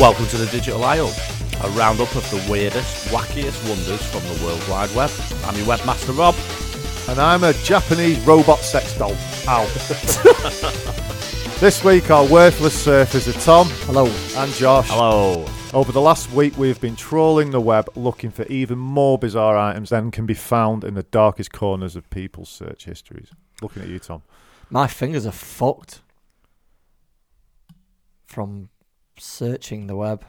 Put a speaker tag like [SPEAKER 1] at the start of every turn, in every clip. [SPEAKER 1] Welcome to the Digital I.O., a roundup of the weirdest, wackiest wonders from the World Wide Web. I'm your webmaster, Rob.
[SPEAKER 2] and I'm a Japanese robot sex doll. Ow. this week, our worthless surfers are Tom. Hello. And Josh.
[SPEAKER 1] Hello.
[SPEAKER 2] Over the last week, we've been trawling the web looking for even more bizarre items than can be found in the darkest corners of people's search histories. Looking at you, Tom.
[SPEAKER 3] My fingers are fucked from searching the web.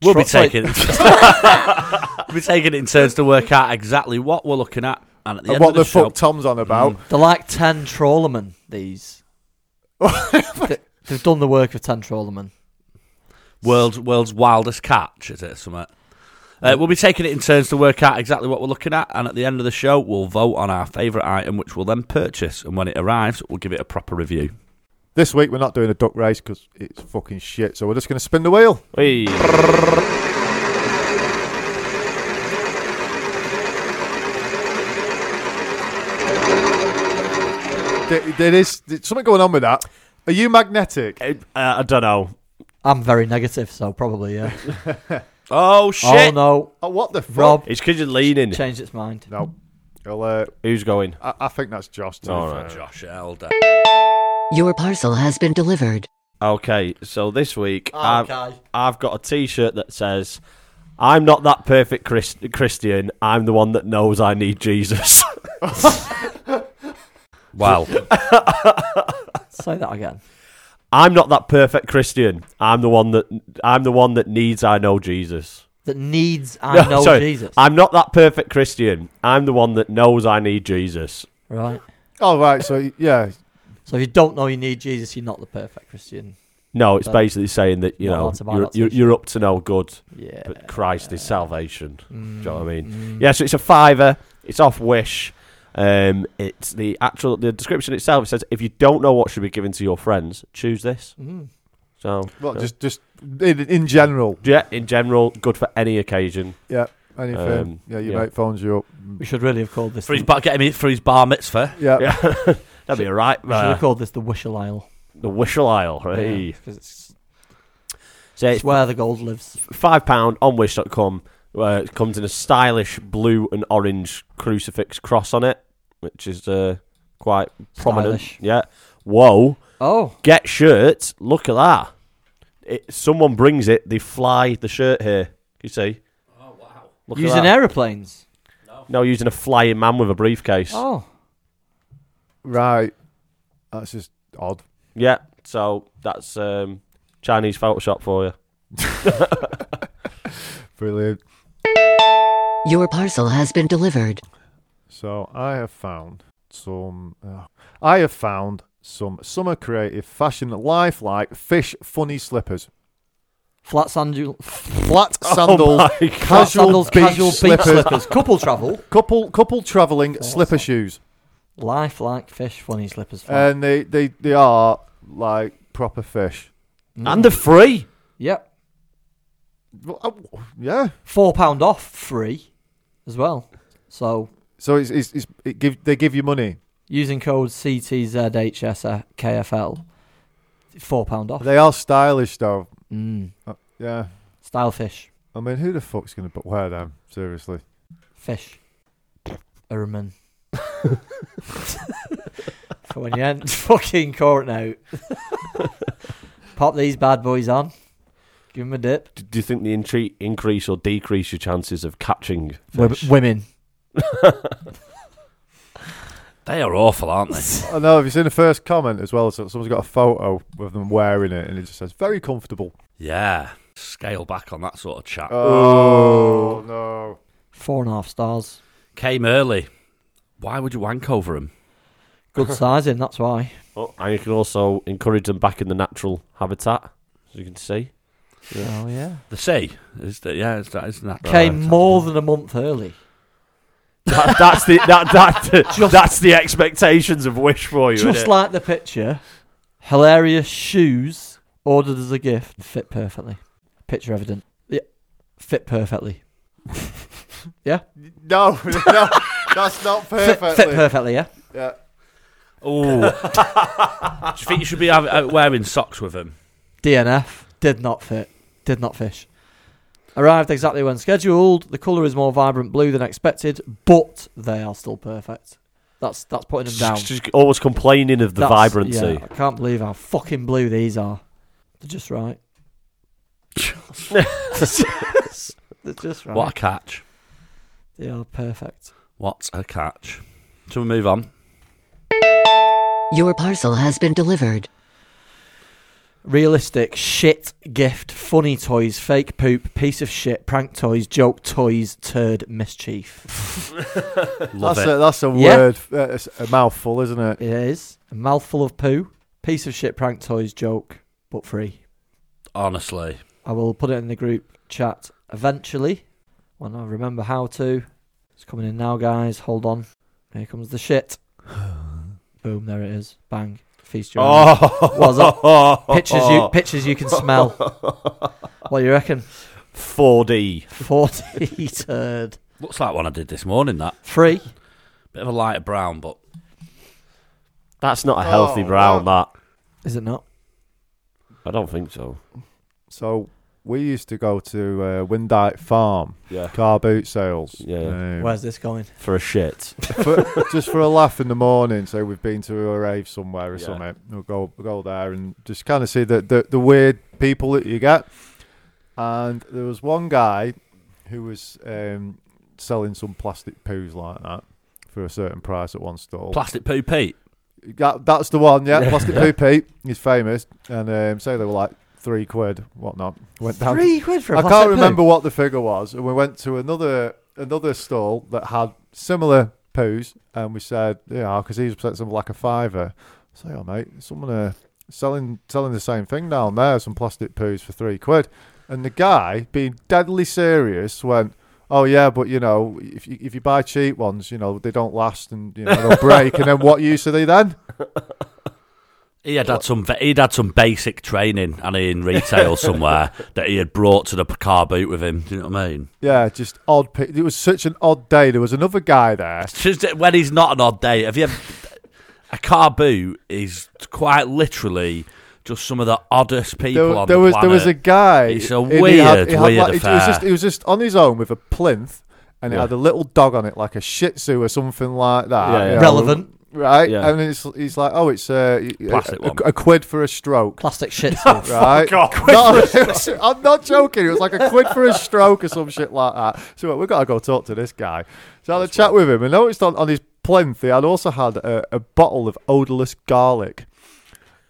[SPEAKER 1] We'll be
[SPEAKER 3] Tro- sorry.
[SPEAKER 1] taking we'll be taking it in turns to work out exactly what we're looking at, and at the
[SPEAKER 2] and
[SPEAKER 1] end
[SPEAKER 2] what
[SPEAKER 1] of the,
[SPEAKER 2] the fuck
[SPEAKER 1] show, Mm.
[SPEAKER 2] Tom's on about.
[SPEAKER 3] They're like 10 trawlermen, these. They- They've done the work of 10 trawlermen.
[SPEAKER 1] world's world's wildest catch is it something? Uh, we'll be taking it in turns to work out exactly what we're looking at, and at the end of the show, we'll vote on our favourite item, which we'll then purchase. And when it arrives, we'll give it a proper review.
[SPEAKER 2] This week, we're not doing a duck race because it's fucking shit, so we're just going to spin the wheel.
[SPEAKER 4] Hey. uh,
[SPEAKER 2] There- there is there's something going on with that. Are you magnetic?
[SPEAKER 1] Eh.
[SPEAKER 4] Uh, I don't know.
[SPEAKER 3] I'm very negative, so probably, yeah.
[SPEAKER 1] Oh
[SPEAKER 3] oh,
[SPEAKER 1] shit!
[SPEAKER 3] no.
[SPEAKER 2] Oh, what the fuck?
[SPEAKER 3] Rob
[SPEAKER 4] It's because you're leaning.
[SPEAKER 3] changed its mind.
[SPEAKER 2] No. Well, uh,
[SPEAKER 4] Who's going?
[SPEAKER 2] I, I think that's Josh. To be
[SPEAKER 4] All
[SPEAKER 2] fair.
[SPEAKER 4] right.
[SPEAKER 1] Josh Elder.
[SPEAKER 5] Your parcel has been delivered.
[SPEAKER 4] Okay, so this week I've,
[SPEAKER 3] Oh, Okay.
[SPEAKER 4] I've got a T-shirt that says, "I'm not that perfect Chris- Christian. I'm the one that knows I need Jesus."
[SPEAKER 1] Wow.
[SPEAKER 3] Say that again.
[SPEAKER 4] I'm not that perfect Christian. I'm the one that I'm the one that needs I know Jesus.
[SPEAKER 3] That needs I
[SPEAKER 4] No,
[SPEAKER 3] know
[SPEAKER 4] sorry.
[SPEAKER 3] Jesus.
[SPEAKER 4] I'm not that perfect Christian. I'm the one that knows I need Jesus.
[SPEAKER 3] Right.
[SPEAKER 2] All right. So yeah,
[SPEAKER 3] So if you don't know you need Jesus, you're not the perfect Christian.
[SPEAKER 4] No, it's
[SPEAKER 3] But-
[SPEAKER 4] basically saying that you
[SPEAKER 3] Not
[SPEAKER 4] know
[SPEAKER 3] allowed to buy
[SPEAKER 4] you're,
[SPEAKER 3] that
[SPEAKER 4] you're,
[SPEAKER 3] T-shirt.
[SPEAKER 4] you're up to no good,
[SPEAKER 3] Yeah.
[SPEAKER 4] but Christ is salvation.
[SPEAKER 3] Mm,
[SPEAKER 4] Do you know what I mean?
[SPEAKER 3] mm.
[SPEAKER 4] Yeah, so it's a fiver. It's off Wish. Um, it's the actual the description itself. It says if you don't know what should be given to your friends, choose this.
[SPEAKER 3] Mm.
[SPEAKER 4] So
[SPEAKER 2] well,
[SPEAKER 4] Yeah.
[SPEAKER 2] just just in, in general.
[SPEAKER 4] yeah, in general, good for any occasion.
[SPEAKER 2] Yeah. Anything.
[SPEAKER 4] Um,
[SPEAKER 2] yeah, your
[SPEAKER 4] yeah.
[SPEAKER 2] mate phones you up.
[SPEAKER 3] We should really have called this.
[SPEAKER 1] for his
[SPEAKER 3] the-
[SPEAKER 1] bar, get him in for his bar mitzvah.
[SPEAKER 2] Yeah.
[SPEAKER 4] Yeah, that'd be all right.
[SPEAKER 3] we Uh, should
[SPEAKER 4] Uh,
[SPEAKER 3] have called this the Wishel Isle.
[SPEAKER 4] the Wishel Isle. Hey,
[SPEAKER 3] Because it's
[SPEAKER 4] so
[SPEAKER 3] It's
[SPEAKER 4] it's
[SPEAKER 3] where the gold lives.
[SPEAKER 4] five pound on Wish.com. Uh, it comes in a stylish blue and orange crucifix cross on it, which is uh, quite prominent.
[SPEAKER 3] Stylish.
[SPEAKER 4] Yeah. Whoa.
[SPEAKER 3] Oh,
[SPEAKER 4] get shirts. Look at that. It, someone brings it. They fly the shirt here. You see? Oh wow! Look
[SPEAKER 3] using
[SPEAKER 4] at that.
[SPEAKER 3] aeroplanes.
[SPEAKER 4] no, using a flying man with a briefcase.
[SPEAKER 3] Oh,
[SPEAKER 2] Right. That's just odd.
[SPEAKER 4] Yeah. So that's um, Chinese Photoshop for you.
[SPEAKER 2] Brilliant.
[SPEAKER 5] Your parcel has been delivered.
[SPEAKER 2] So I have found some. Uh, I have found some summer creative fashion lifelike fish funny slippers,
[SPEAKER 3] flat sandal,
[SPEAKER 2] flat sandals,
[SPEAKER 4] my
[SPEAKER 3] flat
[SPEAKER 2] casual
[SPEAKER 3] sandals,
[SPEAKER 2] beach
[SPEAKER 3] casual beach
[SPEAKER 2] slippers,
[SPEAKER 3] slippers. couple travel,
[SPEAKER 2] couple couple traveling slipper shoes,
[SPEAKER 3] life like fish, funny slippers. fly.
[SPEAKER 2] and they they they are like proper fish.
[SPEAKER 3] Mm.
[SPEAKER 4] And they're free.
[SPEAKER 3] yep,
[SPEAKER 2] Well, I- Yeah.
[SPEAKER 3] four pound off free, as well. So
[SPEAKER 2] So it's, it's, it's it give they give you money.
[SPEAKER 3] using code CTZHSKFL, four pound off.
[SPEAKER 2] They are stylish though.
[SPEAKER 3] Mm.
[SPEAKER 2] Yeah.
[SPEAKER 3] Style fish,
[SPEAKER 2] I mean, who the fuck's gonna bu- wear them? Seriously.
[SPEAKER 3] fish, ermine. For when you ain't fucking caught now, pop these bad boys on. Give them a dip.
[SPEAKER 4] D- Do you think they intre- increase or decrease your chances of catching
[SPEAKER 3] Wom-
[SPEAKER 4] fish?
[SPEAKER 3] Women.
[SPEAKER 1] They are awful, aren't they?
[SPEAKER 2] I know. Have you seen the first comment as well? So someone's got a photo of them wearing it, and it just says very comfortable.
[SPEAKER 1] Yeah. Scale back on that sort of chat.
[SPEAKER 2] Oh, no!
[SPEAKER 3] Four and a half stars.
[SPEAKER 1] Came early. Why would you wank over him?
[SPEAKER 3] Good sizing, that's why.
[SPEAKER 4] Oh, and you can also encourage them back in the natural habitat, as you can see.
[SPEAKER 3] Oh, yeah.
[SPEAKER 1] The sea. Is the, yeah, it's, that, isn't that
[SPEAKER 3] Came more than a month early.
[SPEAKER 4] That, that's the that, that that's the expectations of wish for you.
[SPEAKER 3] Just
[SPEAKER 4] innit?
[SPEAKER 3] like the picture. Hilarious shoes, ordered as a gift, fit perfectly. Picture evident. Yeah. Fit perfectly.
[SPEAKER 2] No, no, that's not
[SPEAKER 3] Fit,
[SPEAKER 2] perfectly.
[SPEAKER 3] fit perfectly, yeah.
[SPEAKER 2] yeah.
[SPEAKER 1] Oh. Do you think you should be having, uh, wearing socks with him?
[SPEAKER 3] DNF. Did not fit. Did not fish. Arrived exactly when scheduled. The colour is more vibrant blue than expected, but they are still perfect. That's that's putting them down.
[SPEAKER 4] Just, just always complaining of the
[SPEAKER 3] That's-
[SPEAKER 4] vibrancy.
[SPEAKER 3] yeah, I can't believe how fucking blue these are. They're just right. They're just right.
[SPEAKER 1] What a catch.
[SPEAKER 3] They are perfect.
[SPEAKER 1] What a catch. Shall we move on?
[SPEAKER 5] Your parcel has been delivered.
[SPEAKER 3] Realistic, shit, gift, funny toys, fake poop, piece of shit, prank toys, joke toys, turd, mischief.
[SPEAKER 1] Love
[SPEAKER 2] that's
[SPEAKER 1] it.
[SPEAKER 2] A, that's a
[SPEAKER 3] Yeah.
[SPEAKER 2] word, uh, it's a mouthful, isn't it?
[SPEAKER 3] It is. A mouthful of poo, piece of shit, prank toys, joke, but free.
[SPEAKER 1] Honestly.
[SPEAKER 3] I will put it in the group chat eventually when I remember how to. It's coming in now, guys. Hold on. Here comes the shit. Boom, there it is. Bang. Feast
[SPEAKER 2] Oh.
[SPEAKER 3] your eyes.
[SPEAKER 4] Oh.
[SPEAKER 3] Was Pictures you pictures you can smell. what do you reckon?
[SPEAKER 4] 4D.
[SPEAKER 3] Forty turd.
[SPEAKER 1] Looks like one I did this morning, that.
[SPEAKER 3] Free.
[SPEAKER 1] Bit of a lighter brown, but
[SPEAKER 4] That's not a healthy
[SPEAKER 2] Oh,
[SPEAKER 4] brown. That
[SPEAKER 3] Is it not?
[SPEAKER 4] I don't think so.
[SPEAKER 2] So we used to go to uh, Windite Farm
[SPEAKER 4] Yeah,
[SPEAKER 2] car boot sales.
[SPEAKER 4] Yeah.
[SPEAKER 2] um,
[SPEAKER 3] Where's this going?
[SPEAKER 4] for a shit.
[SPEAKER 2] for, just for a laugh in the morning. So we've been to a rave somewhere or
[SPEAKER 4] Yeah.
[SPEAKER 2] something. We'll go we'll go there and just kind of see the, the the weird people that you get. And there was one guy who was um, selling some plastic poos like that for a certain price at one stall.
[SPEAKER 1] plastic poo Pete.
[SPEAKER 2] That, that's the one, yeah. Plastic poo Pete. He's famous, and um, say they were like three quid, whatnot. Went down.
[SPEAKER 3] Three quid for
[SPEAKER 2] I
[SPEAKER 3] a plastic
[SPEAKER 2] can't
[SPEAKER 3] poo?
[SPEAKER 2] remember what the figure was, and we went to another another stall that had similar poos, and we said, yeah, because he's sent something like a fiver. Say, oh mate, someone uh, selling selling the same thing down there, some plastic poos for three quid, and the guy, being deadly serious, went. Oh yeah, but you know, if you, if you buy cheap ones, you know they don't last and you know they'll break. and then what use are they then?
[SPEAKER 1] He had, had some ve- he'd had some basic training and in retail somewhere that he had brought to the p- car boot with him. Do you know what I mean?
[SPEAKER 2] Yeah, just odd. Pick. It was such an odd day. There was another guy there.
[SPEAKER 1] Just that when he's not an odd day, have you ever, a car boot is quite literally just some of the oddest people
[SPEAKER 2] There,
[SPEAKER 1] on
[SPEAKER 2] there
[SPEAKER 1] the
[SPEAKER 2] was
[SPEAKER 1] planet.
[SPEAKER 2] there was a guy.
[SPEAKER 1] It's a
[SPEAKER 2] and he
[SPEAKER 1] weird, weird
[SPEAKER 2] like, It was
[SPEAKER 1] affair.
[SPEAKER 2] just it was just on his own with a plinth, and it
[SPEAKER 4] Yeah.
[SPEAKER 2] had a little dog on it, like a Shih Tzu or something like that.
[SPEAKER 4] Yeah, yeah.
[SPEAKER 2] you know,
[SPEAKER 3] Relevant.
[SPEAKER 2] right?
[SPEAKER 4] Yeah.
[SPEAKER 2] And it's he's like, oh, it's uh, a,
[SPEAKER 1] Plastic
[SPEAKER 2] a,
[SPEAKER 1] one.
[SPEAKER 2] a quid for a stroke.
[SPEAKER 3] Plastic shit stuff.
[SPEAKER 2] Right,
[SPEAKER 1] Oh,
[SPEAKER 2] No, it was- I'm not joking. It was like a quid for a stroke or some shit like that. So we've got to go talk to this guy. So I had a chat with him, and noticed on, on his plinth, he had also had a, a bottle of odorless garlic.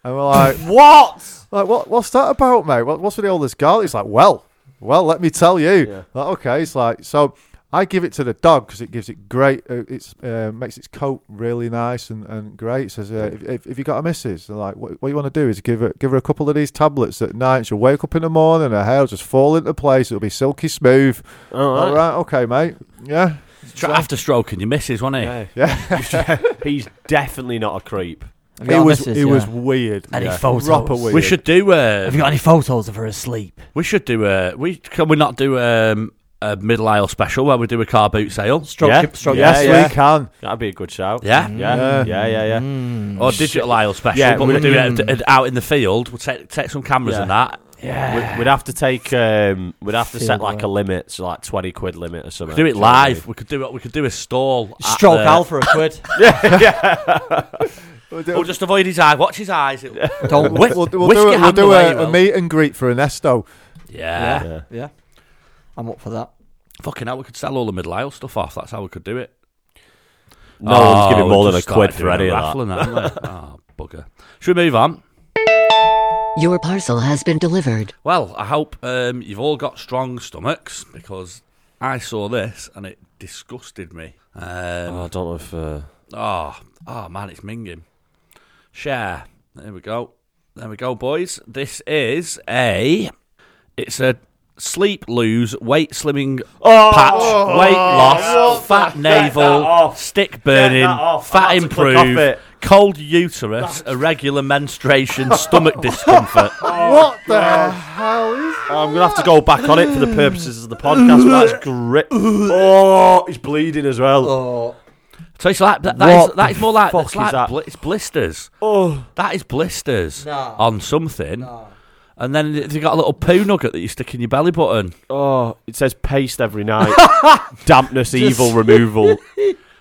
[SPEAKER 2] And we're like,
[SPEAKER 4] What?
[SPEAKER 2] Like, what, what's that about, mate? What, what's with all this garlic? It's like, well, well, let me tell you.
[SPEAKER 4] Yeah.
[SPEAKER 2] Like, okay, it's like, so I give it to the dog because it gives it great, uh, it's uh, makes its coat really nice and, and great. It says, uh, if, if, if you got a missus, they're like, what, what you want to do is give her, give her a couple of these tablets at night. She'll wake up in the morning, her hair will just fall into place. It'll be silky smooth. All right, okay, mate. Yeah.
[SPEAKER 1] Tra- after stroking your missus, wasn't he?
[SPEAKER 4] Yeah. He's definitely not a creep.
[SPEAKER 3] Have you got
[SPEAKER 2] it
[SPEAKER 3] a
[SPEAKER 2] was,
[SPEAKER 3] missus?
[SPEAKER 2] it was
[SPEAKER 3] Yeah.
[SPEAKER 2] weird.
[SPEAKER 3] Any
[SPEAKER 2] yeah.
[SPEAKER 3] photos?
[SPEAKER 2] Proper weird.
[SPEAKER 1] We should do a.
[SPEAKER 3] Have you got any photos of her asleep?
[SPEAKER 1] we should do a. We can we not do um, a middle aisle special where we do a car boot sale?
[SPEAKER 3] Stroke
[SPEAKER 4] Yeah.
[SPEAKER 3] your- stroke
[SPEAKER 4] Yeah,
[SPEAKER 3] your-
[SPEAKER 2] Oh, yes,
[SPEAKER 4] yeah.
[SPEAKER 2] we can.
[SPEAKER 4] That'd be a good shout.
[SPEAKER 1] Yeah.
[SPEAKER 4] Yeah.
[SPEAKER 2] Yeah.
[SPEAKER 4] Yeah. Yeah. Yeah.
[SPEAKER 3] Mm.
[SPEAKER 1] Or digital aisle special,
[SPEAKER 4] Yeah,
[SPEAKER 1] but
[SPEAKER 4] we-
[SPEAKER 1] we'll do it d- out in the field. We'll take, take some cameras
[SPEAKER 4] Yeah.
[SPEAKER 1] and that.
[SPEAKER 4] We'd, we'd have to take. Um, we'd have to
[SPEAKER 3] Field
[SPEAKER 4] set like a
[SPEAKER 3] work.
[SPEAKER 4] limit, so like twenty quid limit or something.
[SPEAKER 1] do it
[SPEAKER 4] you know what I
[SPEAKER 1] live. We could do it. We could do a stall. at
[SPEAKER 3] Stroke
[SPEAKER 1] the-
[SPEAKER 3] Al for a quid.
[SPEAKER 4] mean? yeah.
[SPEAKER 1] We'll just avoid his eye. Watch his eyes. It'll-
[SPEAKER 3] Don't
[SPEAKER 1] Whip-
[SPEAKER 2] We'll, we'll
[SPEAKER 1] whisk
[SPEAKER 2] do,
[SPEAKER 1] your
[SPEAKER 2] a, we'll
[SPEAKER 1] hand
[SPEAKER 2] do
[SPEAKER 1] away,
[SPEAKER 2] a,
[SPEAKER 1] Will.
[SPEAKER 2] a meet and greet for Ernesto.
[SPEAKER 1] Yeah.
[SPEAKER 4] Yeah.
[SPEAKER 3] Yeah. I'm up for that.
[SPEAKER 1] Fucking hell, we could sell all the middle aisle stuff off. That's how we could do it.
[SPEAKER 4] No one's giving more than a quid for any of that.
[SPEAKER 1] oh, bugger. Should we move on?
[SPEAKER 5] Your parcel has been delivered.
[SPEAKER 1] Well, I hope um, you've all got strong stomachs because I saw this and it disgusted me. Um,
[SPEAKER 4] Oh, I don't know if. Uh,
[SPEAKER 1] Oh, oh man, it's minging. Share. There we go. There we go, boys. This is a. It's a sleep lose weight slimming
[SPEAKER 4] Oh,
[SPEAKER 1] patch weight loss fat navel
[SPEAKER 4] off.
[SPEAKER 1] stick burning
[SPEAKER 4] that off.
[SPEAKER 1] fat
[SPEAKER 4] I'm about to click off
[SPEAKER 1] improve
[SPEAKER 4] it.
[SPEAKER 1] cold uterus irregular menstruation stomach discomfort
[SPEAKER 2] What the hell is
[SPEAKER 4] I'm gonna have to go back on it for the purposes of the podcast. but that's grit. Oh, he's bleeding as well.
[SPEAKER 3] Oh,
[SPEAKER 1] so it's like that, that is
[SPEAKER 4] What
[SPEAKER 1] that is more like,
[SPEAKER 4] fuck
[SPEAKER 1] it's,
[SPEAKER 4] is
[SPEAKER 1] like
[SPEAKER 4] that?
[SPEAKER 1] bli- it's blisters
[SPEAKER 4] Oh,
[SPEAKER 1] that is blisters
[SPEAKER 3] Nah.
[SPEAKER 1] on something And then if you got a little poo nugget that you stick in your belly button.
[SPEAKER 4] Oh, it says paste every night. Dampness, evil removal.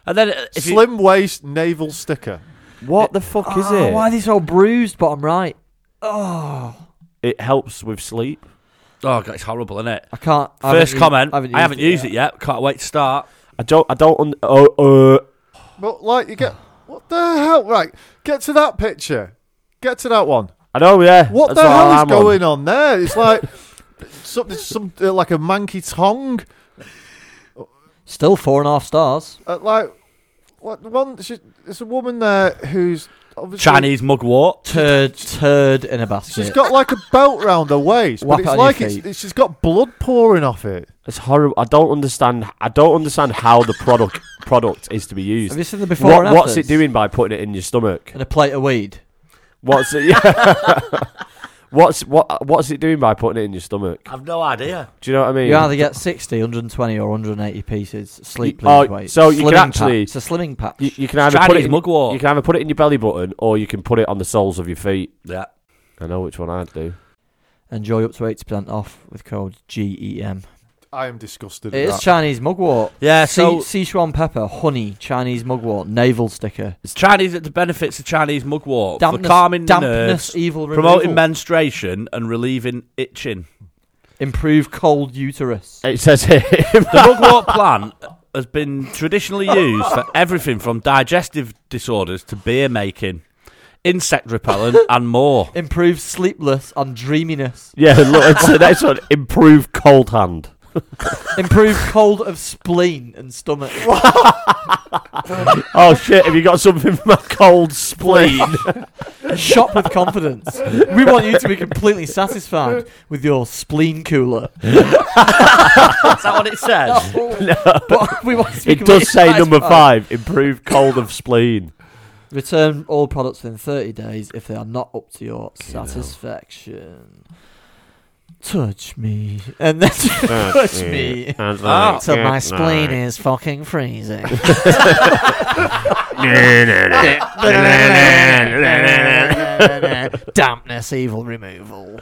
[SPEAKER 1] And then uh, if you-
[SPEAKER 2] Slim waist navel sticker.
[SPEAKER 4] What the fuck is
[SPEAKER 3] Ah,
[SPEAKER 4] it?
[SPEAKER 3] Why are they so bruised bottom right? Oh,
[SPEAKER 4] It helps with sleep.
[SPEAKER 1] oh god, it's horrible, isn't it?
[SPEAKER 3] I can't. I haven't
[SPEAKER 1] First
[SPEAKER 3] used-
[SPEAKER 1] comment.
[SPEAKER 3] I haven't used, it, yet.
[SPEAKER 1] Can't wait to start.
[SPEAKER 4] I don't. I don't. Un- oh, uh,
[SPEAKER 2] But like you get what the hell? Right, get to that picture. Get to that one.
[SPEAKER 4] I know. Yeah.
[SPEAKER 2] What
[SPEAKER 4] that's
[SPEAKER 2] the
[SPEAKER 4] all
[SPEAKER 2] hell is
[SPEAKER 4] I'm on.
[SPEAKER 2] going on. there? It's like something, some uh, like a manky tongue.
[SPEAKER 3] Still four and a half stars.
[SPEAKER 2] Uh, like what one? She, it's a woman there who's obviously
[SPEAKER 1] Chinese mugwort.
[SPEAKER 3] Turd, turd in a basket.
[SPEAKER 2] She's got like a belt round her waist,
[SPEAKER 3] Whap
[SPEAKER 2] but
[SPEAKER 3] it
[SPEAKER 2] it's
[SPEAKER 3] on your
[SPEAKER 2] like it's,
[SPEAKER 3] feet.
[SPEAKER 2] it's, she's got blood pouring off it.
[SPEAKER 4] It's horrible. I don't understand. I don't understand how the product product is to be used.
[SPEAKER 3] Have you seen the before
[SPEAKER 4] What,
[SPEAKER 3] and
[SPEAKER 4] what's it
[SPEAKER 3] afters?
[SPEAKER 4] doing by putting it in your stomach?
[SPEAKER 3] And a plate of weed.
[SPEAKER 4] What's it? Yeah. what's what? What's it doing by putting it in your stomach?
[SPEAKER 1] I've no idea.
[SPEAKER 4] Do you know what I mean?
[SPEAKER 3] You either get 60, 120, or 180 pieces. Sleep
[SPEAKER 4] You- oh,
[SPEAKER 3] lose weight.
[SPEAKER 4] so you can
[SPEAKER 3] Slimming pack.
[SPEAKER 4] actually-
[SPEAKER 3] It's a slimming patch.
[SPEAKER 4] You, you can either put
[SPEAKER 1] Chinese
[SPEAKER 4] it. In,
[SPEAKER 1] mugwort.
[SPEAKER 4] you can either put it in your belly button or you can put it on the soles of your feet.
[SPEAKER 1] Yeah.
[SPEAKER 4] I know which one I'd do.
[SPEAKER 3] Enjoy up to 80% off with code GEM.
[SPEAKER 2] I am disgusted.
[SPEAKER 3] It
[SPEAKER 2] with
[SPEAKER 3] is
[SPEAKER 2] that.
[SPEAKER 3] Chinese mugwort.
[SPEAKER 1] Yeah.
[SPEAKER 3] So,
[SPEAKER 1] Uh, So
[SPEAKER 3] Sichuan pepper, honey, Chinese mugwort, navel sticker.
[SPEAKER 1] it's Chinese. The benefits of Chinese mugwort for
[SPEAKER 3] Dampness,
[SPEAKER 1] calming the
[SPEAKER 3] dampness
[SPEAKER 1] nerves,
[SPEAKER 3] evil removal.
[SPEAKER 1] promoting menstruation, and relieving itching.
[SPEAKER 3] Improve cold uterus.
[SPEAKER 4] It says here.
[SPEAKER 1] The mugwort plant has been traditionally used for everything from digestive disorders to beer making, insect repellent, and more.
[SPEAKER 3] Improve sleepless and dreaminess.
[SPEAKER 4] yeah, look, it's the next one. Improve cold hand.
[SPEAKER 3] Improve cold of spleen and stomach.
[SPEAKER 4] Oh shit! Have you got something for my cold spleen?
[SPEAKER 3] Shop with confidence. We want you to be completely satisfied with your spleen cooler.
[SPEAKER 1] Is that what it says?
[SPEAKER 3] But we want to be
[SPEAKER 4] it
[SPEAKER 3] completely
[SPEAKER 4] does say number
[SPEAKER 3] satisfied.
[SPEAKER 4] five. Improve cold of spleen.
[SPEAKER 3] Return all products within 30 days if they are not up to your satisfaction. Touch me. And then touch me.
[SPEAKER 4] Oh,
[SPEAKER 1] like
[SPEAKER 3] Till my spleen is fucking freezing. Dampness, evil removal.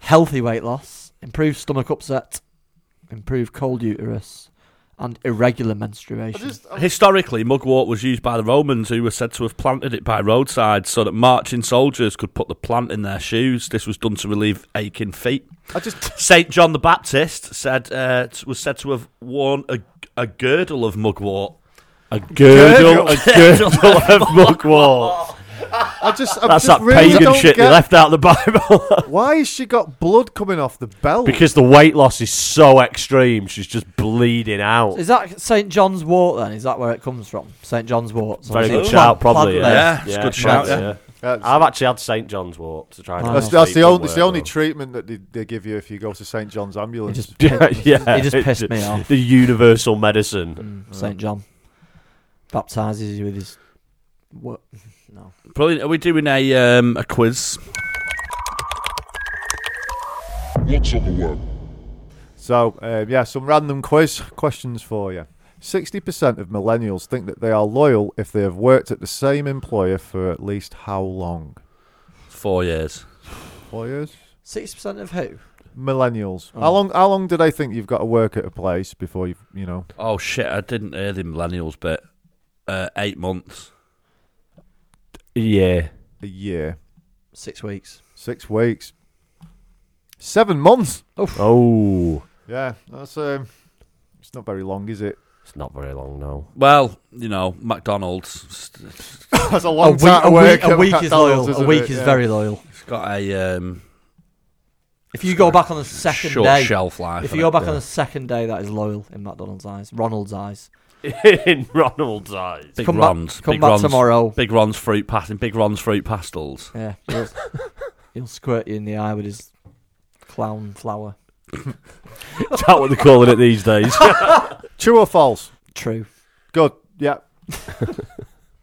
[SPEAKER 3] Healthy weight loss. Improve stomach upset. Improve cold uterus. And irregular
[SPEAKER 2] I
[SPEAKER 3] menstruation.
[SPEAKER 2] just, I-
[SPEAKER 1] Historically, mugwort was used by the Romans, who were said to have planted it by roadsides so that marching soldiers could put the plant in their shoes. This was done to relieve aching feet.
[SPEAKER 2] I just
[SPEAKER 1] Saint John the Baptist said uh, t- was said to have worn a, a girdle of mugwort.
[SPEAKER 4] A girdle, a
[SPEAKER 1] Girdle.
[SPEAKER 4] girdle of mugwort.
[SPEAKER 2] I just, I
[SPEAKER 4] That's
[SPEAKER 2] just
[SPEAKER 4] that
[SPEAKER 2] really
[SPEAKER 4] pagan
[SPEAKER 2] don't
[SPEAKER 4] shit
[SPEAKER 2] get,
[SPEAKER 4] they left out of the Bible.
[SPEAKER 2] Why has she got blood coming off the belt?
[SPEAKER 4] because the weight loss is so extreme, she's just bleeding out.
[SPEAKER 3] Is that St. John's wort then? Is that where it comes from? St. John's wort. So
[SPEAKER 4] Very
[SPEAKER 3] is
[SPEAKER 4] good
[SPEAKER 3] it plant-
[SPEAKER 4] shout, probably.
[SPEAKER 1] Yeah,
[SPEAKER 3] plant-based?
[SPEAKER 1] it's a good shout,
[SPEAKER 4] Plants,
[SPEAKER 1] yeah.
[SPEAKER 2] That's-
[SPEAKER 4] I've actually had St John's wort to try. and
[SPEAKER 3] Wow.
[SPEAKER 2] that's,
[SPEAKER 4] get
[SPEAKER 2] that's the
[SPEAKER 4] sleep
[SPEAKER 2] only,
[SPEAKER 4] from
[SPEAKER 2] it's the
[SPEAKER 4] work,
[SPEAKER 2] only
[SPEAKER 4] though.
[SPEAKER 2] treatment that they, they give you if you go to St John's
[SPEAKER 3] It
[SPEAKER 2] ambulance.
[SPEAKER 3] just,
[SPEAKER 4] Yeah,
[SPEAKER 3] pissed,
[SPEAKER 4] yeah.
[SPEAKER 3] it just
[SPEAKER 4] It
[SPEAKER 3] pissed
[SPEAKER 4] just-
[SPEAKER 3] me off.
[SPEAKER 4] The universal medicine.
[SPEAKER 3] Mm, St. John baptizes you with his. What? No.
[SPEAKER 1] Brilliant. Are we doing a um, a quiz?
[SPEAKER 6] What's on the web?
[SPEAKER 2] So, um, yeah, some random quiz questions for you. 60% of millennials think that they are loyal if they have worked at the same employer for at least how long?
[SPEAKER 1] Four years.
[SPEAKER 2] Four years?
[SPEAKER 3] Six percent of who?
[SPEAKER 2] Millennials.
[SPEAKER 3] Oh.
[SPEAKER 2] How long How long do they think you've got to work at a place before you, you know?
[SPEAKER 1] Oh shit! I didn't hear the millennials bit. Uh, eight months.
[SPEAKER 4] Yeah.
[SPEAKER 2] A year.
[SPEAKER 3] Six weeks.
[SPEAKER 2] Six weeks. Seven months.
[SPEAKER 4] Oh,
[SPEAKER 2] Yeah, that's um, it's not very long, is it?
[SPEAKER 4] it's not very long now.
[SPEAKER 1] Well, you know, McDonald's.
[SPEAKER 2] that's a
[SPEAKER 3] A
[SPEAKER 2] long
[SPEAKER 3] week,
[SPEAKER 2] time
[SPEAKER 3] a
[SPEAKER 2] to work
[SPEAKER 3] week, a
[SPEAKER 2] at
[SPEAKER 3] week is
[SPEAKER 2] McDonald's,
[SPEAKER 3] loyal. A
[SPEAKER 2] isn't
[SPEAKER 3] week
[SPEAKER 2] it?
[SPEAKER 3] is
[SPEAKER 2] Yeah.
[SPEAKER 3] very loyal.
[SPEAKER 1] It's got a um,
[SPEAKER 3] If you go back on the second
[SPEAKER 1] short
[SPEAKER 3] day,
[SPEAKER 1] shelf life.
[SPEAKER 3] if
[SPEAKER 1] innit?
[SPEAKER 3] you go back on the second day, that is loyal in McDonald's eyes, Ronald's eyes.
[SPEAKER 4] In Ronald's eyes.
[SPEAKER 1] Big
[SPEAKER 3] come
[SPEAKER 1] Ron's.
[SPEAKER 3] back, come
[SPEAKER 1] big
[SPEAKER 3] back
[SPEAKER 1] Ron's,
[SPEAKER 3] tomorrow.
[SPEAKER 1] Big Ron's fruit pasting. Big Ron's fruit pastels.
[SPEAKER 3] Yeah, he'll, he'll squirt you in the eye with his clown flower.
[SPEAKER 4] Is that what they're calling it these days?
[SPEAKER 2] True or false?
[SPEAKER 3] True.
[SPEAKER 2] Good. Yeah.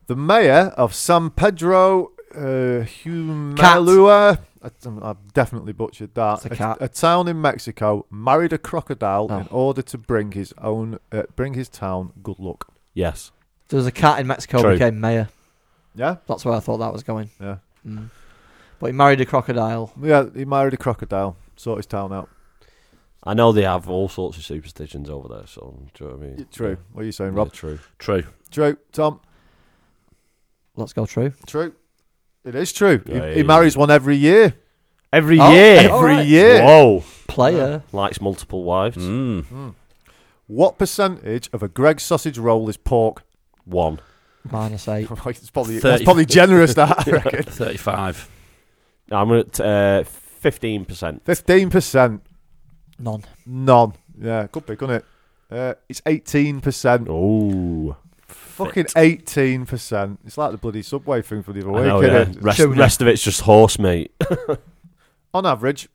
[SPEAKER 2] the mayor of San Pedro uh, Humalua. I, have definitely butchered that.
[SPEAKER 3] It's a cat.
[SPEAKER 2] town in Mexico married a crocodile
[SPEAKER 3] Oh.
[SPEAKER 2] in order to bring his own, uh, bring his town good luck.
[SPEAKER 4] yes.
[SPEAKER 3] There was a cat in Mexico
[SPEAKER 4] True.
[SPEAKER 3] became mayor.
[SPEAKER 2] Yeah.
[SPEAKER 3] That's where I thought that was going.
[SPEAKER 2] Yeah.
[SPEAKER 3] Mm. But he married a crocodile.
[SPEAKER 2] Yeah, he married a crocodile, sort his town out.
[SPEAKER 4] I know they have all sorts of superstitions over there. So do you know what I mean?
[SPEAKER 2] True. What are you
[SPEAKER 4] Yeah,
[SPEAKER 2] saying, Rob?
[SPEAKER 4] true.
[SPEAKER 1] True.
[SPEAKER 2] True. Tom.
[SPEAKER 3] Let's go true.
[SPEAKER 2] True. It is true. He,
[SPEAKER 4] Yeah,
[SPEAKER 2] he
[SPEAKER 4] yeah,
[SPEAKER 2] marries one every year.
[SPEAKER 4] Every
[SPEAKER 3] Oh,
[SPEAKER 4] year.
[SPEAKER 3] every Alright.
[SPEAKER 2] year.
[SPEAKER 4] Whoa.
[SPEAKER 3] Player.
[SPEAKER 4] Likes multiple wives.
[SPEAKER 1] Mm.
[SPEAKER 2] Hmm. What percentage of a Greg sausage roll is pork?
[SPEAKER 4] One.
[SPEAKER 3] Minus eight.
[SPEAKER 2] it's probably that's
[SPEAKER 1] Thirty.
[SPEAKER 2] probably generous. That I reckon.
[SPEAKER 1] 35.
[SPEAKER 4] I'm at uh, 15%.
[SPEAKER 2] Fifteen percent.
[SPEAKER 3] None.
[SPEAKER 2] None. Yeah, could be, couldn't it? Uh, it's eighteen percent.
[SPEAKER 4] Oh.
[SPEAKER 2] Fucking eighteen percent. It's like the bloody subway thing for the other
[SPEAKER 4] I
[SPEAKER 2] week.
[SPEAKER 4] know, yeah.
[SPEAKER 2] innit?
[SPEAKER 4] Rest,
[SPEAKER 3] Children.
[SPEAKER 4] rest of it's just horse meat.
[SPEAKER 2] On average,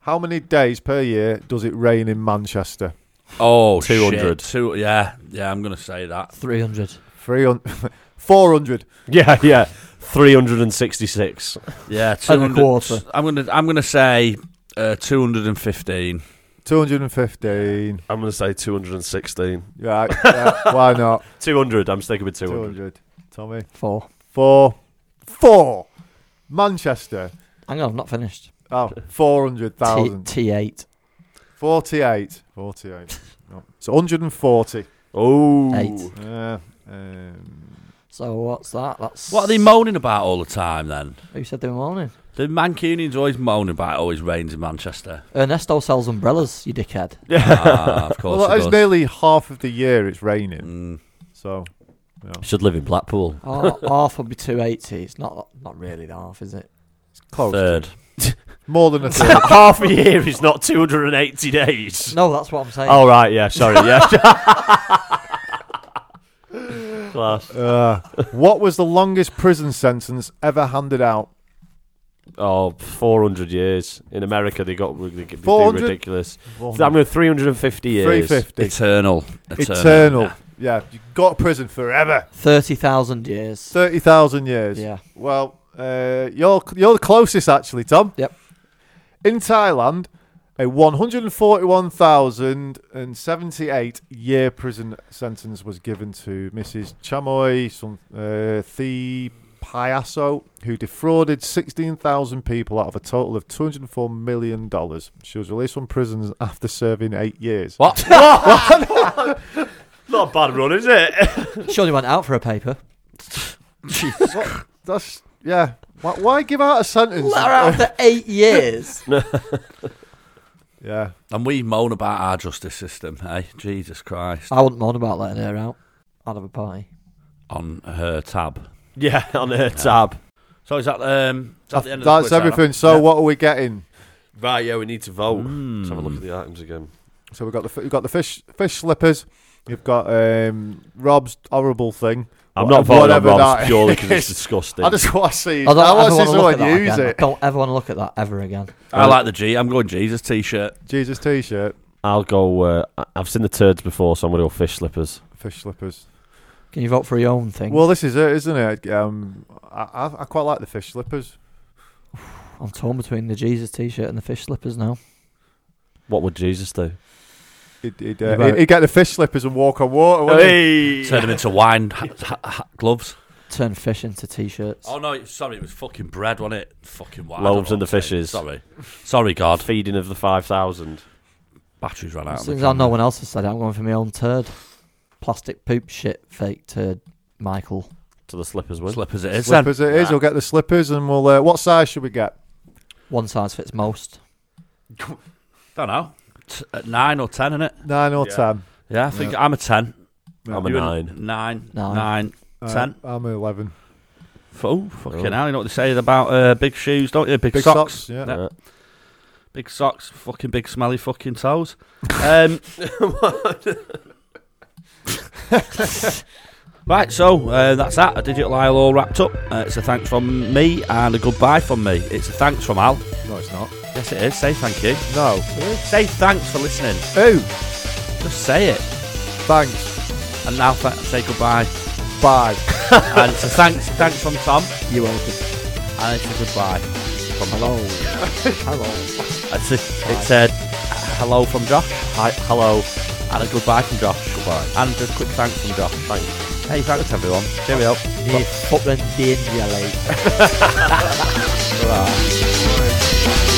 [SPEAKER 2] how many days per year does it rain in Manchester?
[SPEAKER 1] Oh,
[SPEAKER 4] 200.
[SPEAKER 1] shit. Two, yeah, yeah, I'm going to say that.
[SPEAKER 3] 300.
[SPEAKER 2] 300, 400.
[SPEAKER 4] yeah, yeah. 366.
[SPEAKER 1] Yeah,
[SPEAKER 3] And a
[SPEAKER 1] 200.
[SPEAKER 3] quarter.
[SPEAKER 1] I'm going to I'm going to say uh, 215.
[SPEAKER 2] 215.
[SPEAKER 4] I'm going to say 216.
[SPEAKER 2] Right, yeah, why not?
[SPEAKER 4] 200. I'm sticking with 200.
[SPEAKER 2] 200. Tommy.
[SPEAKER 3] Four.
[SPEAKER 2] Four. Four. Manchester.
[SPEAKER 3] Hang on, I'm not finished.
[SPEAKER 2] Oh,
[SPEAKER 3] T-
[SPEAKER 2] 400,000.
[SPEAKER 3] T8.
[SPEAKER 2] 48. 48. No. Oh, So 140.
[SPEAKER 4] Oh.
[SPEAKER 3] Eight.
[SPEAKER 2] Yeah. Uh, Um,
[SPEAKER 3] So what's that? That's
[SPEAKER 1] What are they moaning about all the time then?
[SPEAKER 3] Who said they were moaning?
[SPEAKER 1] The Mancunians always moaning about it always rains in Manchester.
[SPEAKER 3] Ernesto sells umbrellas, you dickhead.
[SPEAKER 1] ah, of course
[SPEAKER 2] well,
[SPEAKER 1] it
[SPEAKER 2] that is
[SPEAKER 1] does.
[SPEAKER 2] nearly half of the year it's raining.
[SPEAKER 1] Mm.
[SPEAKER 2] So,
[SPEAKER 4] Should live in Blackpool.
[SPEAKER 3] Oh, half would be 280. It's not not really the half, is it?
[SPEAKER 2] it's close.
[SPEAKER 1] Third.
[SPEAKER 2] More than a third.
[SPEAKER 4] Half a year is not 280 days.
[SPEAKER 3] No, that's what I'm saying.
[SPEAKER 4] Oh, right, yeah, sorry, yeah. Class.
[SPEAKER 2] Uh, what was the longest prison sentence ever handed out?
[SPEAKER 4] Oh, 400 years. In America, they got they, get- they do
[SPEAKER 2] 400?
[SPEAKER 4] ridiculous. I'm going 350 years.
[SPEAKER 2] 350.
[SPEAKER 1] Eternal.
[SPEAKER 2] Eternal.
[SPEAKER 1] Yeah.
[SPEAKER 2] Yeah, you got to prison forever.
[SPEAKER 3] 30,000 years.
[SPEAKER 2] 30,000 years.
[SPEAKER 3] yeah.
[SPEAKER 2] Well, uh, you're you're the closest actually, Tom.
[SPEAKER 3] Yep.
[SPEAKER 2] In Thailand, a 141,078 year prison sentence was given to Mrs. Chamoy some uh, Thi Payaso, who defrauded 16,000 people out of a total of 204 million dollars. She was released from prison after serving eight years.
[SPEAKER 1] What?
[SPEAKER 4] Not a bad run, is it?
[SPEAKER 3] Surely went out for a paper.
[SPEAKER 2] That's yeah. Why, why give out a sentence?
[SPEAKER 3] Let her out for eight years.
[SPEAKER 2] yeah.
[SPEAKER 1] and we moan about our justice system, hey? Jesus Christ.
[SPEAKER 2] Ah.
[SPEAKER 3] I wouldn't moan about letting her out. I'd have a party.
[SPEAKER 1] On her tab.
[SPEAKER 4] yeah, on her tab.
[SPEAKER 1] So is that, um, is that the end of the
[SPEAKER 2] That's
[SPEAKER 1] quiz, Anna?
[SPEAKER 2] everything. So
[SPEAKER 1] Yeah.
[SPEAKER 2] what are we getting?
[SPEAKER 4] Right, yeah, we need to vote.
[SPEAKER 1] Mm.
[SPEAKER 4] Let's have a look at the items again.
[SPEAKER 2] So we've got the fi- we've got the fish fish slippers. You've got um, Rob's horrible thing.
[SPEAKER 4] I'm
[SPEAKER 2] Wha-
[SPEAKER 4] not voting on
[SPEAKER 2] whatever
[SPEAKER 4] Rob's
[SPEAKER 2] that
[SPEAKER 4] purely because it's
[SPEAKER 2] is.
[SPEAKER 4] disgusting.
[SPEAKER 2] I just want to see. I,
[SPEAKER 3] I don't
[SPEAKER 2] want
[SPEAKER 3] ever
[SPEAKER 2] to
[SPEAKER 3] want
[SPEAKER 2] see
[SPEAKER 3] to look at
[SPEAKER 2] someone
[SPEAKER 3] that
[SPEAKER 2] use
[SPEAKER 3] again.
[SPEAKER 2] it.
[SPEAKER 3] I don't ever want to look at that ever again.
[SPEAKER 1] I like the G. I'm going Jesus t shirt.
[SPEAKER 2] Jesus T-shirt,
[SPEAKER 4] I'll go. Uh, I- I've seen the turds before, so I'm going to go fish slippers.
[SPEAKER 2] fish slippers.
[SPEAKER 3] Can you vote for your own thing?
[SPEAKER 2] Well, this is it, isn't it? Um, I, I I quite like the fish slippers.
[SPEAKER 3] I'm torn between the Jesus T-shirt and the fish slippers now.
[SPEAKER 4] What would Jesus do?
[SPEAKER 2] He'd, he'd,
[SPEAKER 3] You're
[SPEAKER 2] uh,
[SPEAKER 3] right.
[SPEAKER 2] he'd, he'd get the fish slippers and walk on water. wouldn't he?
[SPEAKER 4] Hey!
[SPEAKER 1] Turn them into wine ha- ha- ha- gloves.
[SPEAKER 3] Turn fish into T-shirts.
[SPEAKER 1] Oh no! Sorry, it was fucking bread, wasn't it? Fucking wine.
[SPEAKER 4] Loaves
[SPEAKER 1] I
[SPEAKER 4] and
[SPEAKER 1] don't know
[SPEAKER 4] the
[SPEAKER 1] what I'm saying.
[SPEAKER 4] fishes.
[SPEAKER 1] Sorry, sorry, God.
[SPEAKER 4] Feeding of the 5,000.
[SPEAKER 1] Batteries ran out.
[SPEAKER 3] As
[SPEAKER 1] on
[SPEAKER 3] soon
[SPEAKER 1] me.
[SPEAKER 3] as I know one else has said it, I'm going for my own turd. Plastic poop shit fake turd. Michael.
[SPEAKER 4] So the slippers win.
[SPEAKER 1] Slippers it is. Then.
[SPEAKER 2] Slippers it is. We'll get the slippers and we'll. Uh, what size should we get?
[SPEAKER 3] One size fits most.
[SPEAKER 1] Don't know. T- at nine or ten, innit?
[SPEAKER 2] Nine or
[SPEAKER 4] Yeah.
[SPEAKER 2] ten.
[SPEAKER 1] Yeah, I think I'm a ten.
[SPEAKER 4] I'm a
[SPEAKER 1] You a
[SPEAKER 4] nine.
[SPEAKER 1] Nine.
[SPEAKER 3] Nine.
[SPEAKER 1] Nine.
[SPEAKER 2] Uh,
[SPEAKER 1] Ten.
[SPEAKER 2] I'm an eleven.
[SPEAKER 1] F- Oh, fucking hell! You know what they say about uh, big shoes, don't you? Big,
[SPEAKER 2] Big
[SPEAKER 1] socks.
[SPEAKER 2] socks, yeah.
[SPEAKER 4] Yeah.
[SPEAKER 1] Big socks. Fucking big smelly fucking toes. Um, right, so uh, that's that. A digital aisle all wrapped up. Uh, it's a thanks from me and a goodbye from me. It's a thanks from Al.
[SPEAKER 2] No, it's not.
[SPEAKER 1] Yes, it is. Say thank you.
[SPEAKER 2] No.
[SPEAKER 1] Say thanks for listening.
[SPEAKER 2] Oh,
[SPEAKER 1] Just say it.
[SPEAKER 2] thanks.
[SPEAKER 1] And now fa- say goodbye.
[SPEAKER 2] Bye.
[SPEAKER 1] and so thanks, thanks from Tom.
[SPEAKER 3] You open.
[SPEAKER 1] And it's a goodbye from
[SPEAKER 3] Hello. Hello.
[SPEAKER 1] It's a, it's a hello from Josh. Hi, hello. And a goodbye from Josh. Goodbye. And a quick thanks from Josh. Thanks.
[SPEAKER 7] Hey, thanks everyone. Cheerio.
[SPEAKER 1] Ni fucking danger, like.
[SPEAKER 8] Right.